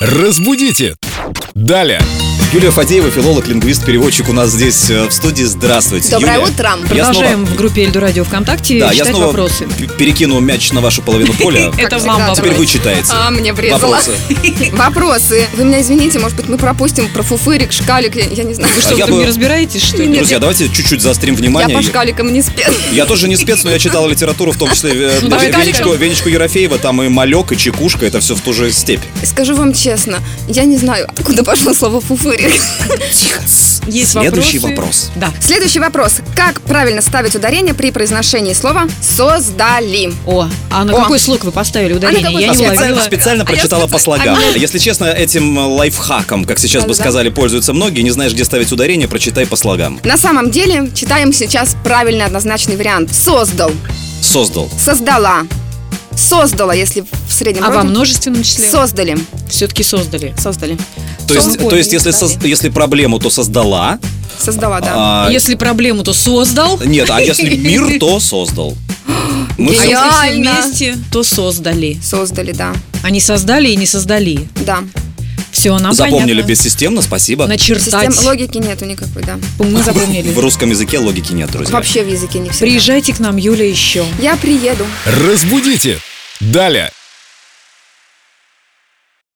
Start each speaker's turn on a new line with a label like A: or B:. A: Разбудите! Далее!
B: Юлия Фадеева, филолог, лингвист, переводчик у нас здесь э, в студии. Здравствуйте,
C: Доброе
B: Юлия.
C: утро.
B: Я
D: Продолжаем
B: снова-
D: в группе Эльду Радио ВКонтакте
B: Да, я
D: читать
B: снова
D: вопросы.
B: п- перекину мяч на вашу половину поля.
D: Это
C: Как
D: вам
C: всегда,
D: вопрос.
B: Теперь вы читаете.
C: А, мне врезала.
B: Вопросы.
C: Вопросы. Вы меня извините, может быть, мы пропустим про фуфырик, шкалик, я, я не знаю.
D: Вы что,
B: А я
D: в этом
B: бы-
D: не разбираетесь, что ли?
C: Нет,
B: Друзья,
C: я-
B: давайте чуть-чуть заострим
C: Я
B: внимание.
C: по шкаликам не спец.
B: Я тоже не спец, но я читал литературу, в том числе э,
D: Ну, давай,
B: Венечку,
D: Каликов.
B: Венечку Ерофеева, там и Малек, и Чекушка, это все в ту же степь.
C: Скажу вам честно, я не знаю, откуда пошло слово фуфырик.
D: Есть
B: Следующий
D: вопросы?
B: вопрос.
D: Да.
C: Следующий вопрос. Как правильно ставить ударение при произношении слова «создали»?
D: О, а на
C: О. А
D: какой слог вы поставили ударение?
C: какой
D: я
B: Я
D: не
C: слог?
B: специально,
D: уловила.
B: специально
C: А я
B: прочитала по
C: специально-
B: слогам. Если честно, этим э, лайфхаком, как сейчас бы
C: Да-да-да.
B: сказали, пользуются многие. Не знаешь, где ставить ударение, прочитай по слогам.
C: На самом деле, читаем сейчас правильный однозначный вариант. Создал,
B: Создал.
C: создала, создала, если в среднем
D: А во
C: роде.
D: множественном числе?
C: Создали.
D: Все-таки создали.
C: Создали.
B: То есть,
D: Создал.
B: то есть если, соз- если проблему, то создала.
C: Создала, да.
B: а,
D: Если проблему, то создал.
B: Нет, а если мир, то создал. Мы
D: а
B: всё-
D: если все
C: Идеально.
D: вместе, то создали.
C: Создали, да.
D: Они создали и не создали.
C: Да.
D: Все, нам
B: запомнили
D: понятно.
B: бессистемно, спасибо.
D: Начертать.
C: Систем логики нету никакой, да.
D: Мы
B: В
D: запомнили.
B: русском языке логики нет, друзья.
C: Вообще в языке не все.
D: Приезжайте к нам, Юля, еще.
C: Я приеду.
A: Разбудите! Далее!